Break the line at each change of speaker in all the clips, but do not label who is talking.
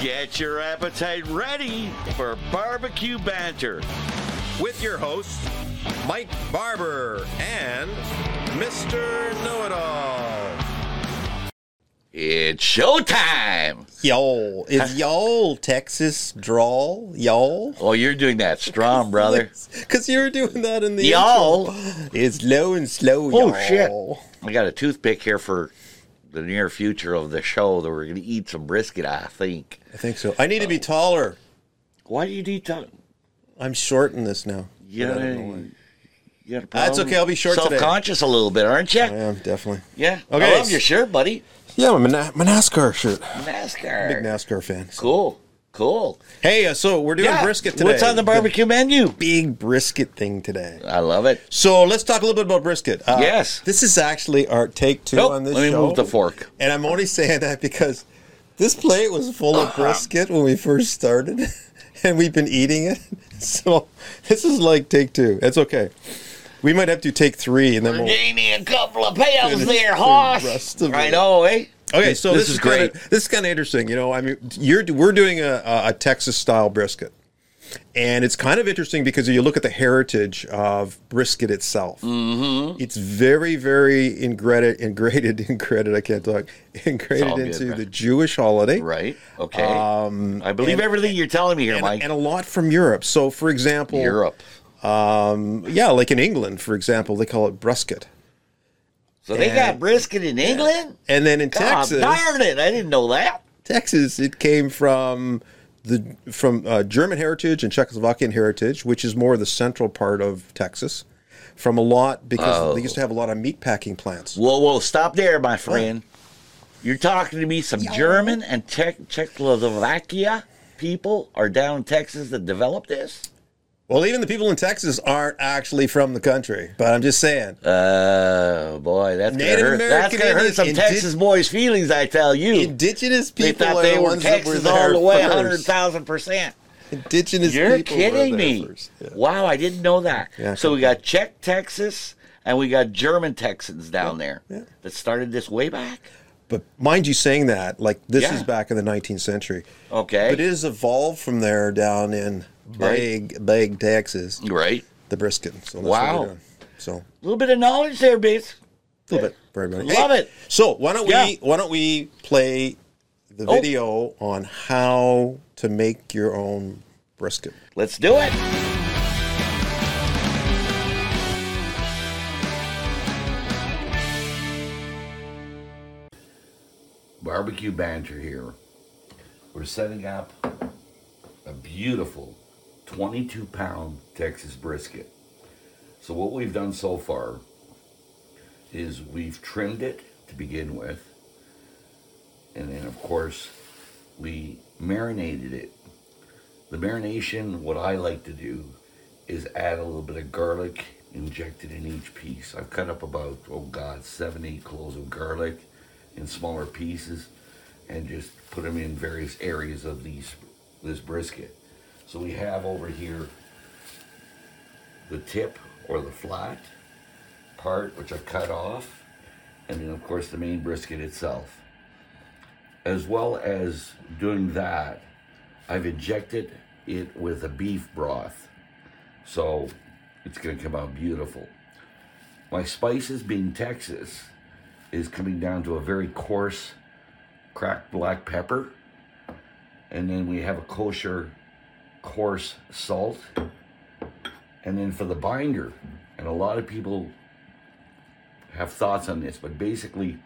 Get your appetite ready for barbecue banter.
with your hosts, Mike Barber and Mr. Know It All.
It's showtime.
Y'all, is y'all Texas drawl? Y'all?
Oh, you're doing that strong, brother.
Because you were doing that in the
Y'all.
intro. It's low and slow,
Oh,
y'all.
shit. I got a toothpick here for the near future of the show that we're going to eat some brisket, I think.
I think so. I need to be taller.
Why do you need to?
I'm short in this now.
You
But I
got
don't know
a-
why.
you got a problem?
That's okay, I'll be short today.
Self-conscious a little bit, aren't you?
I am, definitely.
Yeah.
Okay.
I love your shirt, buddy.
Yeah, I'm a, Na- I'm a NASCAR shirt.
NASCAR.
Big NASCAR fan. so-
Cool. Cool.
Hey, uh, so we're doing
Yeah.
brisket today.
What's on the barbecue menu?
big brisket thing today.
I love it.
So let's talk a little bit about brisket. Uh,
Yes.
This is actually our take two
Nope.
on this
Let me
show.
move the fork.
And I'm only saying that because this plate was full of
Uh-huh.
brisket when we first started, and we've been eating it. So this is like take two. It's okay. We might have to take three, and then we'll.
Gave me a couple of pounds
Finish
there,
the
hoss.
rest of
I
it.
know, eh?
Okay, so this,
is
is,
great.
Kinda, this is kind of interesting. You know, I mean, you're we're doing a, a Texas style brisket, and it's kind of interesting because if you look at the heritage of brisket itself,
Mm-hmm.
it's very, very ingrained, ingrained, ingrained. I can't talk. Ingrained
all good,
into
man.
the Jewish holiday,
Right. Okay. Um, I believe everything you're telling me here,
And,
Mike.
and a lot from Europe. So, for example,
Europe.
yeah, like in England, for example, they call it brusket,
So they got
and-
brisket in England?
and then in
God
Texas,
darn it. I didn't know that.
Texas, it came from the from uh, German heritage and Czechoslovakian heritage, which is more the central part of Texas. From a lot because they used to have a lot of meat packing plants.
Whoa, whoa. Stop there, my friend. You're talking to me. Some German and Czech- Czechoslovakia people are down in Texas that developed this?
Well, even the people in Texas aren't actually from the country, but I'm just saying.
Uh, Oh, boy. That's going to
Native
hurt. That's
American
going to hurt
Indians
some
and
Texas boys' feelings, I tell you.
Indigenous
They
people
thought
are
they
the
were
ones that were
Texas
there
all the way,
first.
hundred thousand percent.
Indigenous
You're
people
kidding
were there
me!
first. Yeah.
Wow, I didn't know that.
Yeah,
so we got Czech Texas and we got German Texans down there that started this way back.
But mind you, saying that, like this
Yeah.
is back in the 19th century.
Okay,
But it has evolved from there down in big, big Texas,
right.
the brisket. So that's
Wow.
What we're doing. So
A little bit of knowledge there, bitch.
a little bit for everybody.
Love it.
So why don't we?
Yeah.
Why don't we play the
Oh.
video on how to make your own brisket?
Let's do it. Barbecue banter here. We're setting up a beautiful 22 pound Texas brisket. So, what we've done so far is we've trimmed it to begin with, and then, of course, we marinated it the marination, what I like to do is add a little bit of garlic injected in each piece. I've cut up about, oh God, seven, eight cloves of garlic in smaller pieces and just put them in various areas of these this brisket. So we have over here the tip or the flat part, which I've cut off, and then of course the main brisket itself. As well as doing that, I've injected it with a beef broth, so it's going to come out beautiful. My spices, being Texas, is coming down to a very coarse cracked black pepper, and then we have a kosher coarse salt, and then for the binder, and a lot of people have thoughts on this, but basically,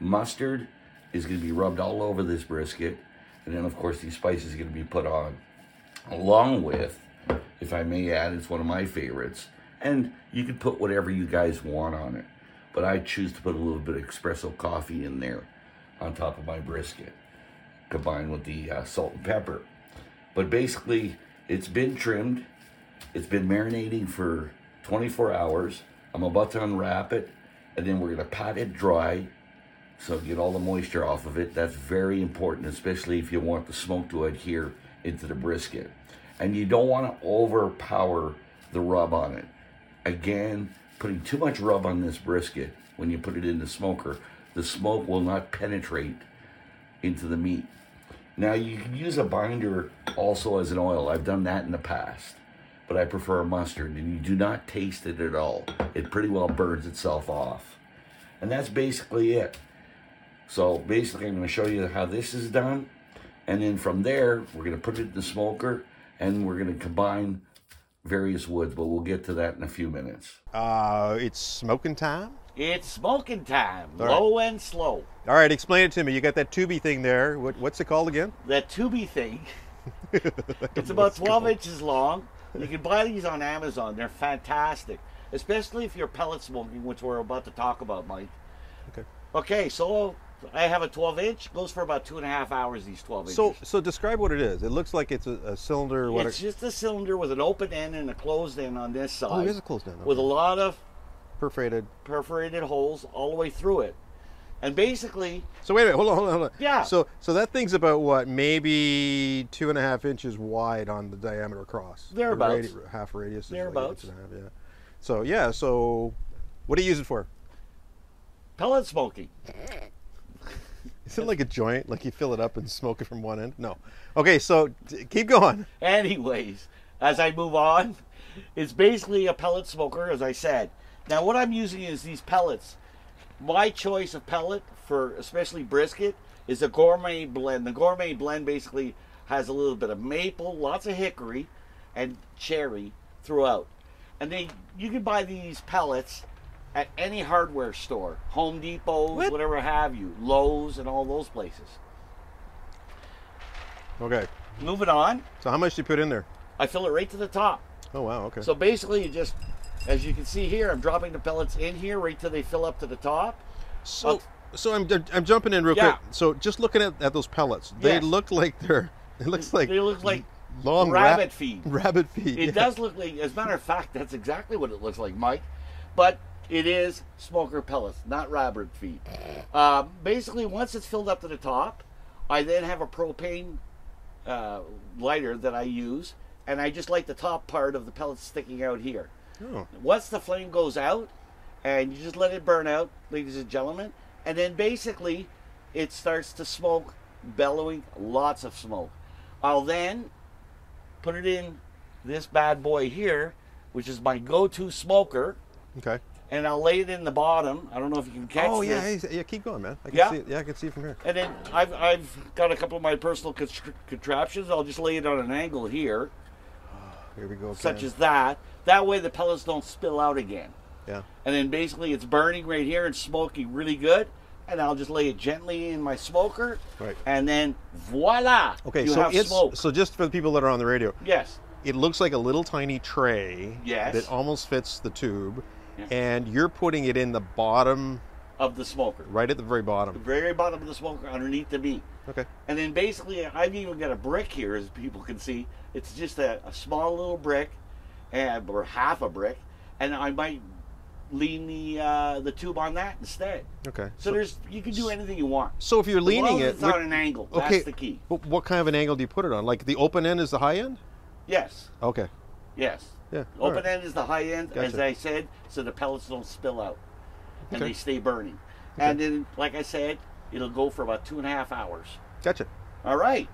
mustard is going to be rubbed all over this brisket, and then of course these spices are going to be put on, along with, if I may add, it's one of my favorites, and you can put whatever you guys want on it, but I choose to put a little bit of espresso coffee in there, on top of my brisket, combined with the uh, salt and pepper. But basically, it's been trimmed. It's been marinating for 24 hours. I'm about to unwrap it, and then we're gonna pat it dry, so get all the moisture off of it. That's very important, especially if you want the smoke to adhere into the brisket, and you don't want to overpower the rub on it. Again, putting too much rub on this brisket when you put it in the smoker, the smoke will not penetrate into the meat. Now you can use a binder also as an oil. I've done that in the past, but I prefer a mustard, and you do not taste it at all. It pretty well burns itself off, and that's basically it. So basically, I'm going to show you how this is done, and then from there we're going to put it in the smoker, and we're going to combine various woods. But we'll get to that in a few minutes.
Uh, it's smoking time.
It's smoking time,
All right.
low and slow.
All right, explain it to me. You got that tubey thing there. What, what's it called again?
That Tubi thing, it's about 12 inches long. You can buy these on Amazon. They're fantastic, especially if you're pellet smoking, which we're about to talk about, Mike.
Okay.
Okay, so I have a 12 inch. Goes for about two and a half hours. These 12 inches.
So, so describe what it is. It looks like it's a, a cylinder. What
it's just a cylinder with an open end and a closed end on this side.
Oh, it is a closed end,
With a
okay.
lot of
perforated.
perforated holes all the way through it, and basically
So wait a minute. Hold on, hold on, hold on.
Yeah.
So, so that thing's about what, maybe two and a half inches wide on the diameter across. The
Thereabouts.
radi- half radius. Is
Thereabouts.
Like an inch and a half, yeah. So yeah. So, what do you use it for?
pellet smoking.
Is it like a joint? Like you fill it up and smoke it from one end? No. Okay. So t- keep going.
Anyways, as I move on, it's basically a pellet smoker, as I said. Now, what I'm using is these pellets. My choice of pellet for especially brisket is a gourmet blend. The gourmet blend basically has a little bit of maple, lots of hickory, and cherry throughout. And they, you can buy these pellets at any hardware store, Home Depot,
What?
whatever have you, Lowe's, and all those places.
Okay.
Moving on,
So how much do you put in there?
I fill it right to the top.
Oh wow. Okay.
So basically, you just, as you can see here, I'm dropping the pellets in here right till they fill up to the top.
So, so I'm, I'm jumping in real
uh, Yeah.
quick. So just looking at, at those pellets, they
Yes.
look like they're. It looks like
They look like
long
rabbit
rab-
feed.
Rabbit feed.
It
yeah.
does look like, as a matter of fact, that's exactly what it looks like, Mike. But it is smoker pellets, not rabbit feed. Um, basically, once it's filled up to the top, I then have a propane uh, lighter that I use, and I just light the top part of the pellets sticking out here.
Oh.
Once the flame goes out, and you just let it burn out, ladies and gentlemen, and then basically it starts to smoke, bellowing lots of smoke. I'll then put it in this bad boy here, which is my go-to smoker,
Okay.
and I'll lay it in the bottom. I don't know if you can catch
Oh yeah,
this.
yeah, yeah. Keep going, man. I can
Yeah?
see. It. Yeah, I can see it from here.
And then I've, I've got a couple of my personal contr- contraptions. I'll just lay it on an angle here,
Here we go. Again.
such as that. That way the pellets don't spill out again.
Yeah.
and then basically it's burning right here and smoking really good. And I'll just lay it gently in my smoker,
Right.
and then voila!
Okay.
you
so
have
it's
smoke.
so just for the people that are on the radio,
yes,
it looks like a little tiny tray.
Yes.
That almost fits the tube,
Yeah.
and you're putting it in the bottom,
of the smoker,
right at the very
the
bottom.
very bottom of the smoker, underneath the meat.
Okay.
And then basically, I've even got a brick here, as people can see. It's just a, a small little brick, and or half a brick, and I might lean the uh, the tube on that instead.
Okay.
So, there's you can do anything you want.
So if you're
As
leaning
long as
it,
it's
what-
on an angle.
okay.
That's the key.
But what kind of an angle do you put it on? Like the open end is the high end?
Yes.
Okay.
Yes.
Yeah, all
Open
right.
end is the high end, as
Gotcha.
I said, so the pellets don't spill out and
Okay.
they stay burning. And then, like I said, it'll go for about two and a half hours.
Gotcha.
All right.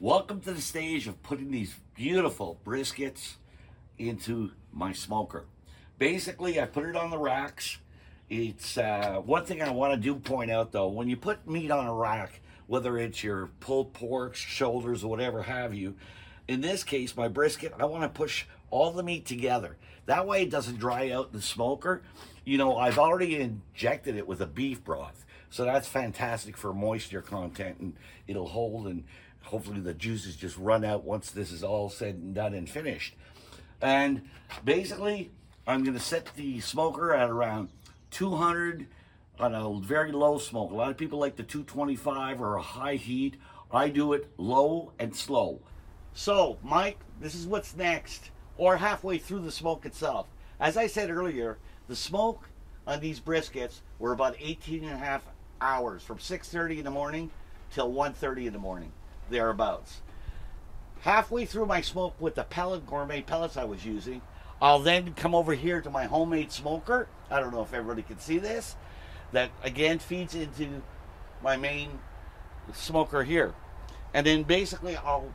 Welcome to the stage of putting these beautiful briskets into my smoker. Basically, I put it on the racks. It's uh, one thing I want to do point out though when you put meat on a rack, whether it's your pulled porks, shoulders, or whatever have you, in this case, my brisket, I want to push all the meat together. That way it doesn't dry out in the smoker. You know, I've already injected it with a beef broth. So that's fantastic for moisture content and it'll hold and hopefully the juices just run out once this is all said and done and finished. And basically, I'm going to set the smoker at around 200 on a very low smoke. A lot of people like the 225 or a high heat. I do it low and slow.
So, Mike, this is what's next, or halfway through the smoke itself. As I said earlier, the smoke on these briskets were about 18 and a half hours, from 6.30 in the morning till 1.30 in the morning, thereabouts. halfway through my smoke with the pellet gourmet pellets I was using, I'll then come over here to my homemade smoker. I don't know if everybody can see this. That again feeds into my main smoker here. And then basically I'll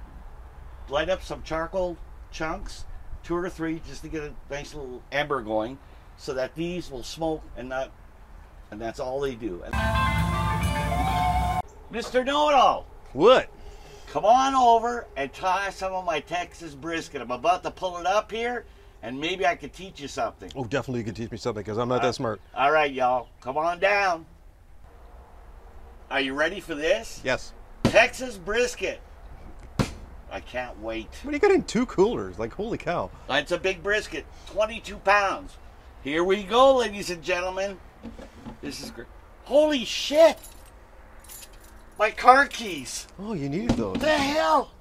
light up some charcoal chunks, two or three, just to get a nice little ember going, so that these will smoke and not, and that's all they do. And- Mr. Know It All,
What?
come on over and try some of my Texas brisket. I'm about to pull it up here, and maybe I could teach you something.
Oh, definitely you can teach me something because I'm not
Uh,
that smart.
All right, y'all, come on down. Are you ready for this?
Yes.
Texas brisket. I can't wait.
What do you got in two coolers? Like, holy cow.
That's a big brisket, 22 pounds. Here we go, ladies and gentlemen. This is great. Holy shit! My car keys.
Oh, you needed those.
What the hell?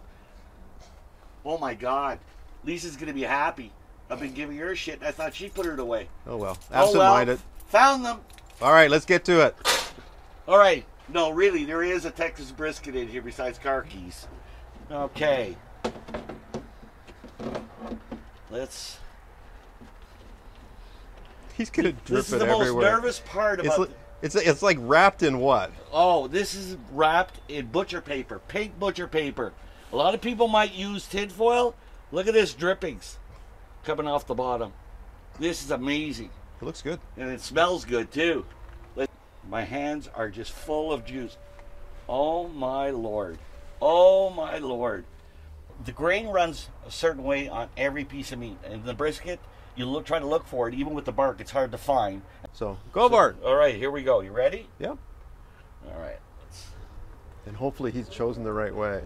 Oh my god. Lisa's gonna be happy. I've been giving her shit. I thought she put it away.
Oh, well.
Oh well,
Absent-minded.
Found them.
All right, let's get to it.
All right. No, really, there is a Texas brisket in here besides car keys. Okay. Let's
He's going to drip
This is
it
the
everywhere.
most nervous part
it's,
about.
li- it's, it's like wrapped in what?
oh, this is wrapped in butcher paper, pink butcher paper. A lot of people might use tinfoil. Look at this drippings coming off the bottom. This is amazing,
It looks good.
and it smells good too. Let- My hands are just full of juice. Oh my lord! Oh my lord! The grain runs a certain way on every piece of meat, and the brisket. You look, try to look for it, even with the bark. It's hard to find.
So, go, Bart.
All right, here we go. You ready?
Yeah.
All right. Let's
And hopefully he's chosen the right way.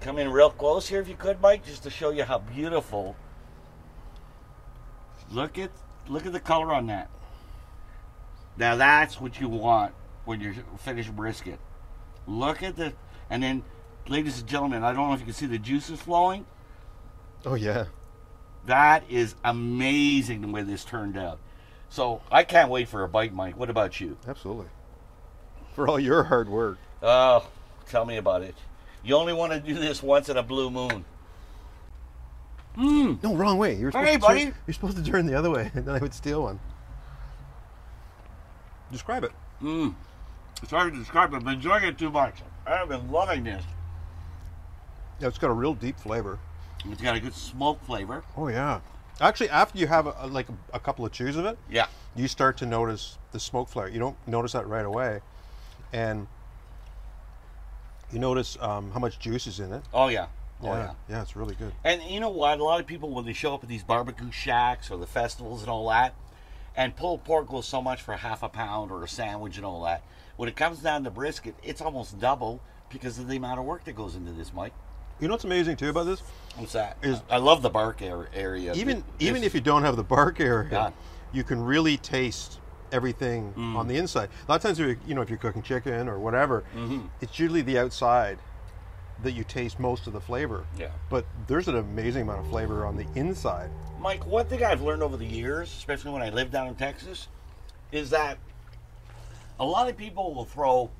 come in real close here if you could, Mike, just to show you how beautiful. Look at look at the color on that. Now that's what you want when you're finished brisket. Look at the and then ladies and gentlemen, I don't know if you can see the juices flowing.
Oh, yeah.
That is amazing the way this turned out. So I can't wait for a bite, Mike. What about you?
Absolutely. For all your hard work.
Oh, tell me about it. You only want to do this once in a blue moon. Mmm.
No, wrong way. You're
Hey,
to turn-
buddy.
you're supposed to turn the other way, and then I would steal one. Describe it.
Mmm. It's hard to describe. I've been enjoying it too much. I've been loving this.
Yeah, it's got a real deep flavor.
It's got a good smoke flavor.
Oh yeah. Actually, after you have a, a- like a couple of chews of it,
Yeah.
you start to notice the smoke flare. You don't notice that right away, and you notice um, how much juice is in it.
Oh yeah. Oh yeah.
yeah, it's really good.
And you know what? A lot of people when they show up at these barbecue shacks or the festivals and all that, and pulled pork goes so much for half a pound or a sandwich and all that. When it comes down to brisket, it's almost double because of the amount of work that goes into this, Mike.
You know what's amazing too about this?
What's that?
Is-
I love the bark ar- area.
Even
This-
even if you don't have the bark area,
Yeah. Mm.
you can really taste everything on the inside. A lot of times, if you're, you know, if you're cooking chicken or whatever,
Mm-hmm.
it's usually the outside that you taste most of the flavor.
Yeah.
But there's an amazing amount of flavor on the inside.
Mike, one thing I've learned over the years, especially when I lived down in Texas, is that a lot of people will throw,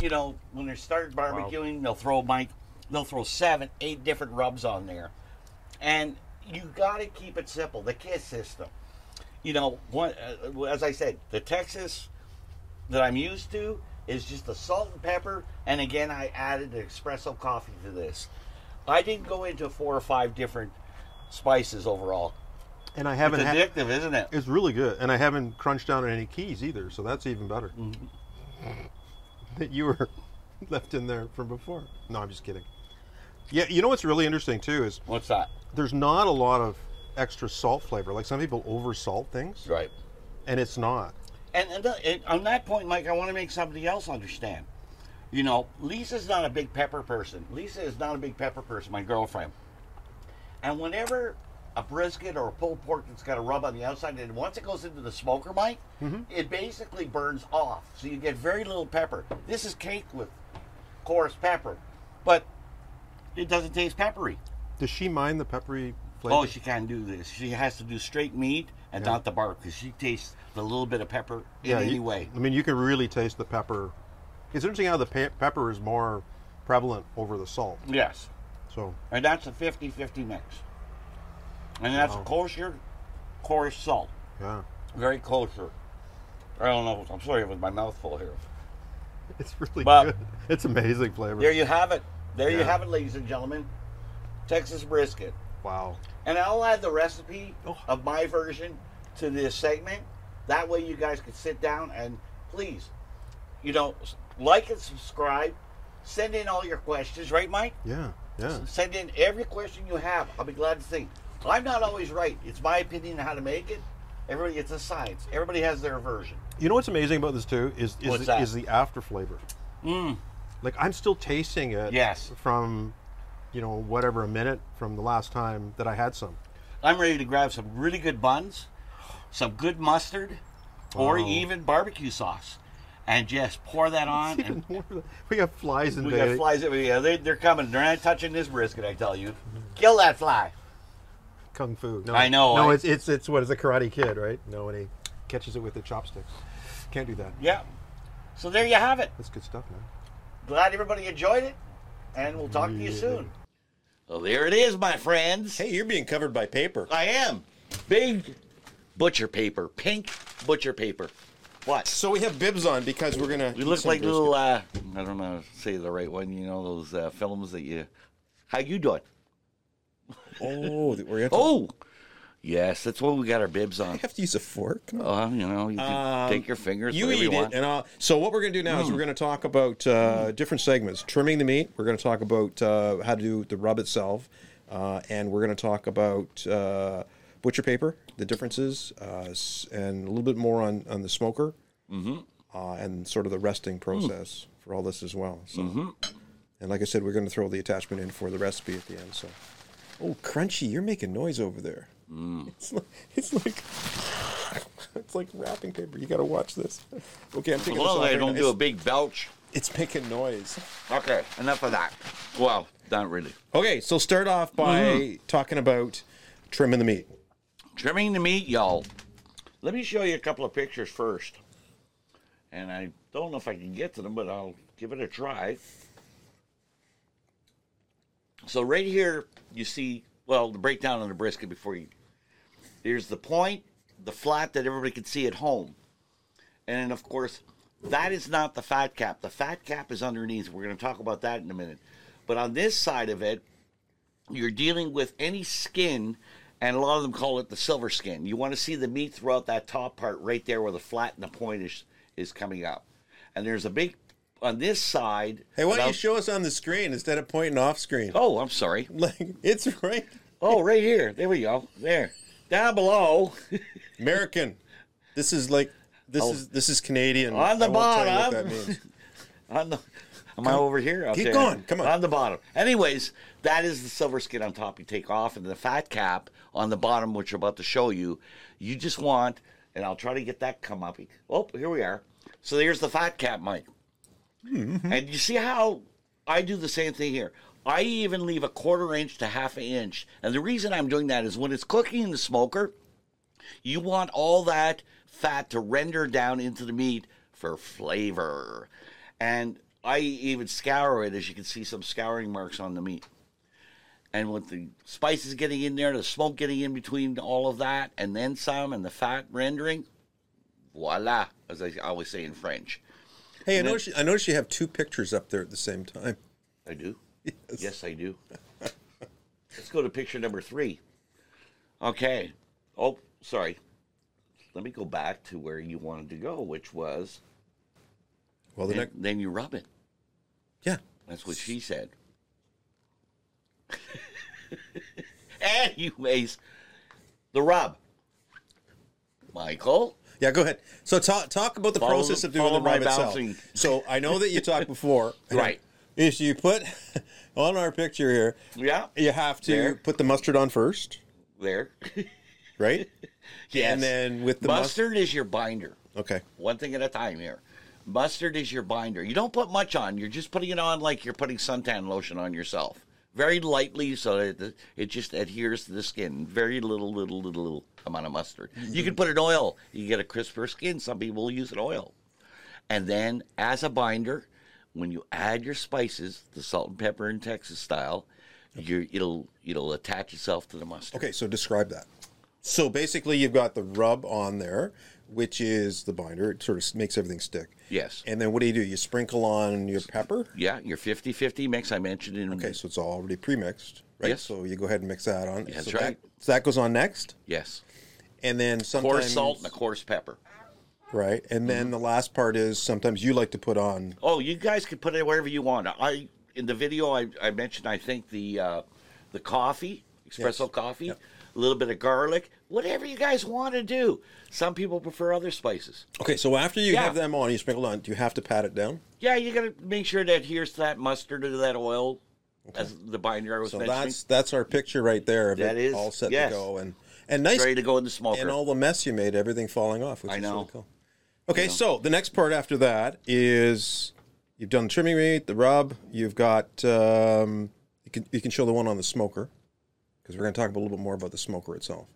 you know, when they start barbecuing, they'll throw Mike, they'll throw seven, eight different rubs on there, and you got to keep it simple. The kiss system, you know, one uh, as I said, the Texas that I'm used to is just the salt and pepper, and again, I added an espresso coffee to this. I didn't go into four or five different spices overall.
And I haven't
It's
had.
addictive, isn't it?
It's really good, and I haven't crunched down on any keys either, so that's even better.
Mm-hmm.
that you were left in there from before. No, I'm just kidding. Yeah, you know what's really interesting too is
What's that?
there's not a lot of extra salt flavor. Like some people over salt things,
Right.
and it's not.
And, and, the, and on that point, Mike, I want to make somebody else understand. You know, Lisa's not a big pepper person. Lisa is not a big pepper person, my girlfriend. And whenever a brisket or a pulled pork that's got a rub on the outside, and once it goes into the smoker, Mike,
Mm-hmm.
it basically burns off. So you get very little pepper. This is caked with coarse pepper, but it doesn't taste peppery.
Does she mind the peppery flavor?
Oh, she can't do this. She has to do straight meat and not the bark because she tastes the little bit of pepper in
Yeah, you-
any way.
I mean, you can really taste the pepper. It's interesting how the pe- pepper is more prevalent over the salt.
Yes.
So
And that's a 50 50 mix. And that's kosher, coarse salt.
yeah,
Very kosher. I don't know. I'm sorry with my mouth full here.
It's really
Well-
good. It's amazing flavor.
There you have it. There you
Yeah.
have it, ladies and gentlemen. Texas brisket.
wow.
And I'll add the recipe
Oh.
of my version to this segment. That way you guys can sit down and please, you know, s- like and subscribe. Send in all your questions, right, Mike?
Yeah. Yeah.
Send in every question you have. I'll be glad to think. I'm not always right. It's my opinion on how to make it. Everybody, it's a science. Everybody has their version.
You know what's amazing about this too is is,
What's
the,
that? Mm.
is the after flavor. Like I'm still tasting it.
Yes.
From, you know, whatever a minute from the last time that I had some.
I'm ready to grab some really good buns, some good mustard, or even barbecue sauce, and just pour that on.
Even
And
more than- we got flies in
we
Bay.
got flies everywhere. Yeah, they, they're coming. They're not touching this brisket, I tell you. Kill that fly.
Kung Fu. No,
I know,
No,
I-
it's it's it's what is a Karate Kid, right? No, when he catches it with the chopsticks. Can't do that.
Yeah. So there you have it.
That's good stuff, man.
Glad everybody enjoyed it, and we'll talk to you soon. Well, there it is, my friends.
Hey, you're being covered by paper.
I am. Big butcher paper. Pink butcher paper. What?
So we have bibs on because we're gonna.
We
eat
look
some
like
brisket.
little, uh, I don't know, how to say the right one, you know, those uh, films that you. How you doing?
Oh, the Oriental.
Oh! Yes, that's what we got our bibs
I
on.
have to use a fork. No.
Oh, you know, you can
Um,
take your fingers.
You
whatever
eat
you
it,
want. Hmm.
and I'll, so what we're going to do now is we're going to talk about uh, different segments: trimming the meat. We're going to talk about uh, how to do the rub itself, uh, and we're going to talk about uh, butcher paper, the differences, uh, s- and a little bit more on on the smoker,
Mm-hmm.
uh, and sort of the resting process for all this as well. So,
Mm-hmm.
and like I said, we're going to throw the attachment in for the recipe at the end. So, oh, crunchy, you're making noise over there. It's like, it's like it's like wrapping paper. You gotta watch this. Okay, I'm taking
As long
this
as
off.
I
right
don't
now.
do a
it's,
big belch.
it's making noise.
Okay, enough of that. Well, not really.
Okay, so start off by talking about trimming the meat.
Trimming the meat, y'all. Let me show you a couple of pictures first. And I don't know if I can get to them, but I'll give it a try. So right here, you see, well, the breakdown on the brisket before you. There's the point, the flat that everybody can see at home. And then, of course, that is not the fat cap. The fat cap is underneath. We're going to talk about that in a minute. But on this side of it, you're dealing with any skin, and a lot of them call it the silver skin. You want to see the meat throughout that top part right there where the flat and the point is, is coming up. And there's a big, on this side.
Hey, why don't you
about-
show us on the screen instead of pointing off screen?
Oh, I'm sorry.
Like it's right
Oh, right here. There we go. There. Down below
American. This is like this is this is Canadian.
On the
I won't tell you
bottom.
what that means.
on the Am I over here? Up
Keep
there?
going. Come on.
On the bottom. Anyways, that is the silver skin on top you take off, and the fat cap on the bottom, which I'm about to show you. You just want, and I'll try to get that come up. Oh, here we are. So there's the fat cap, Mike.
Mm-hmm.
And you see how I do the same thing here. I even leave a quarter inch to half an inch. And the reason I'm doing that is when it's cooking in the smoker, you want all that fat to render down into the meat for flavor. And I even scour it, as you can see, some scouring marks on the meat. And with the spices getting in there, the smoke getting in between all of that, and then some, and the fat rendering, voila, as I always say in French.
Hey, I noticed, you- I noticed you have two pictures up there at the same time.
I do. Yes, I do. Let's go to picture number three. Okay. Oh, sorry. Let me go back to where you wanted to go, which was
Well, the
then,
next,
then you rub it.
yeah,
That's what she said. Anyways, the rub. Michael,
Yeah, go ahead. So talk talk about the
Follow
process
the-
of doing the
follow my
rub itself.
bouncing.
So I know that you talked before,
Right.
If you put on our picture here,
Yeah.
you have to
There.
put the mustard on first,
there.
right?
yes.
And then with the mustard.
mustard is your binder.
Okay.
One thing at a time here. Mustard is your binder. You don't put much on. You're just putting it on like you're putting suntan lotion on yourself. Very lightly so that it- it just adheres to the skin. Very little, little, little, little amount of mustard. You can put it in oil. You get a crisper skin. Some people use an oil. And then as a binder, when you add your spices, the salt and pepper and Texas style, you it'll it'll attach itself to the mustard.
Okay. So describe that. So basically, you've got the rub on there which is the binder. It sort of makes everything stick.
Yes.
And then what do you do? You sprinkle on your pepper.
Yeah, your 50 50 mix I mentioned in.
Okay, so it's already pre-mixed, right?
Yes.
So you go ahead and mix that on.
That's
so
right.
That, so that goes on next,
Yes.
and then sometimes
Coarse salt and a coarse pepper.
right? And then the last part is sometimes you like to put on
Oh, you guys can put it wherever you want. I in the video I, I mentioned I think the uh, the coffee, espresso
Yes.
coffee, a little bit of garlic, whatever you guys want to do. Some people prefer other spices.
Okay, so after you
Yeah.
have them on, you sprinkle on. Do you have to pat it down?
Yeah, you got to make sure it adheres to that mustard or that oil as the binder I was
So
mentioning.
that's that's our picture right there. Of
That
it
is-
all set
yes.
to go and and nice
ready to go in the smoker.
and all the mess you made, everything falling off, which
I
is
know.
really cool. Okay, so the next part after that is you've done the trimming meat, the rub. You've got um, you can you can show the one on the smoker because we're going to talk a little bit more about the smoker itself.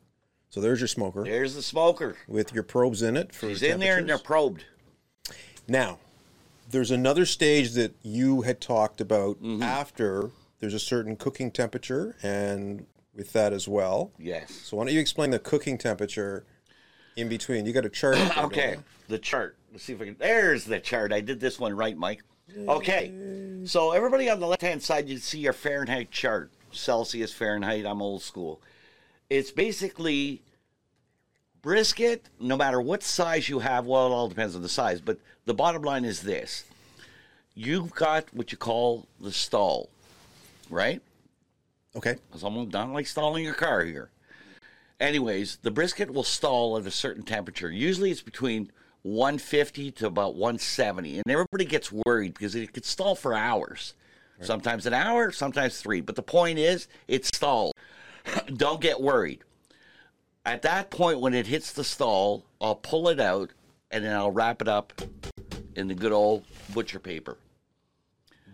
So there's your smoker
There's the smoker.
with your probes in it for
He's in there and they're
temperatures.
probed.
Now, there's another stage that you had talked about
Mm-hmm.
after there's a certain cooking temperature, and with that as well.
Yes.
So, why don't you explain the cooking temperature in between? You got a chart. there, don't
Okay,
you?
the chart. Let's see if I can. There's the chart. I did this one right, Mike. Okay, so everybody on the left hand side, you see your Fahrenheit chart Celsius, Fahrenheit. I'm old school. It's basically brisket, no matter what size you have. Well, it all depends on the size, but the bottom line is this you've got what you call the stall, right?
Okay.
because I'm not like stalling your car here. Anyways, the brisket will stall at a certain temperature. Usually it's between 150 to about 170. And everybody gets worried because it could stall for hours. Sometimes an hour, sometimes three. But the point is, it's stalled. Don't get worried. At that point, when it hits the stall, I'll pull it out and then I'll wrap it up in the good old butcher paper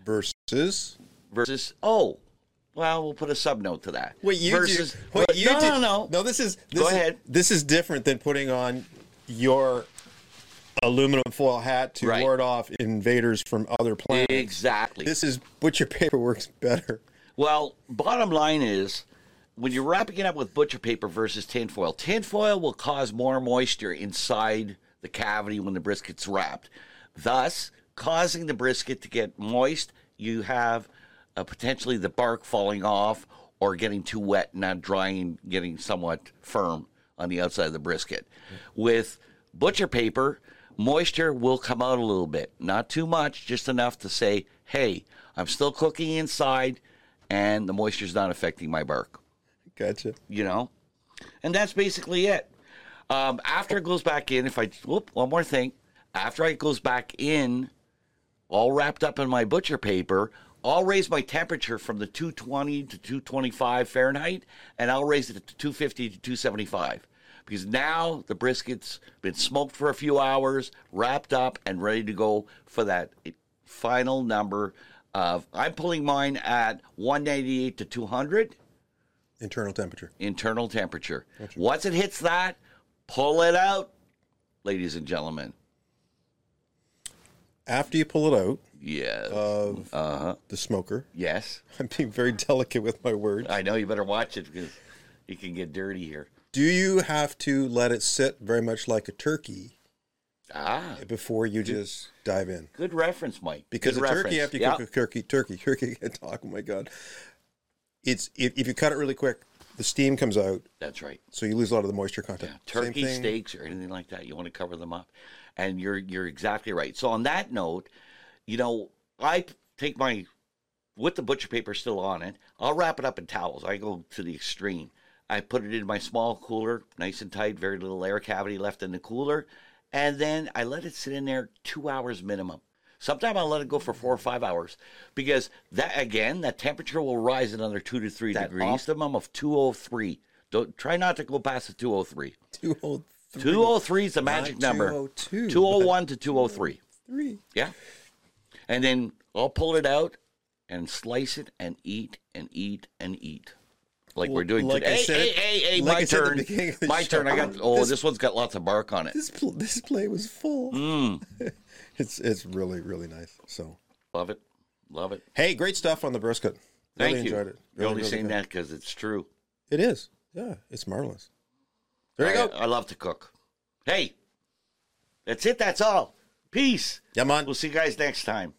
Versus.
versus oh well we'll put a sub note to that
What you
versus
do? What
but-
you
no,
do?
no no
No, this is this
Go
is,
ahead.
This is different than putting on your aluminum foil hat to
Right.
ward off invaders from other planets.
exactly
This is butcher paper works better.
well bottom line is when you're wrapping it up with butcher paper versus tinfoil tinfoil will cause more moisture inside the cavity when the brisket's wrapped thus causing the brisket to get moist you have uh, potentially the bark falling off or getting too wet not drying getting somewhat firm on the outside of the brisket. With butcher paper, moisture will come out a little bit, not too much, just enough to say, hey, I'm still cooking inside and the moisture's not affecting my bark,
Gotcha.
you know? And that's basically it. Um, after it goes back in, if I, whoop, one more thing. After it goes back in, all wrapped up in my butcher paper, I'll raise my temperature from the 220 to 225 Fahrenheit, and I'll raise it to 250 to 275 because now the brisket's been smoked for a few hours, wrapped up, and ready to go for that final number of. I'm pulling mine at 198 to 200
Internal temperature.
internal temperature. Once it hits that, pull it out, ladies and gentlemen.
After you pull it out,
Yes.
Uh, the smoker.
yes.
I'm being very delicate with my words.
I know you better watch it because you can get dirty here.
Do you have to let it sit very much like a turkey
Ah,
before you just dive in?
good reference, Mike.
Because
good
a turkey,
reference.
after you
Yeah.
cook a turkey, turkey, turkey, I talk. Oh my god! It's if, if you cut it really quick, the steam comes out,
that's right.
so you lose a lot of the moisture content.
Yeah,
Same
turkey
thing.
steaks or anything like that. You want to cover them up, and you're you're exactly right. So on that note, you know, I p- take my with the butcher paper still on it. I'll wrap it up in towels. I go to the extreme. I put it in my small cooler, nice and tight, very little air cavity left in the cooler, and then I let it sit in there two hours minimum. Sometimes I'll let it go for four or five hours because that again, that temperature will rise another two to three degrees. Optimum of two oh three. Don't try not to go past the two oh three.
Two oh three.
203 is the magic
Not
number.
202,
201 to 203.
Three.
Yeah. And then I'll pull it out and slice it and eat and eat and eat. Like we're doing
Like
today.
I
Hey,
said-
hey, hey, hey,
like
my
I said at the
turn.
beginning of the
my
show,
turn. I got oh, this,
this-
one's got lots of bark on it.
This pl- this play was full.
Mm.
it's it's really really nice. So
Love it. Love it.
hey, great stuff on the brisket.
Thank
really
you.
enjoyed it.
You're
Really,
only
really
saying
good.
that because it's true.
It is. Yeah, it's marvelous. There you
I, uh,
go.
I love to cook. Hey, That's it. That's all. Peace.
Yeah, man.
We'll see you guys next time.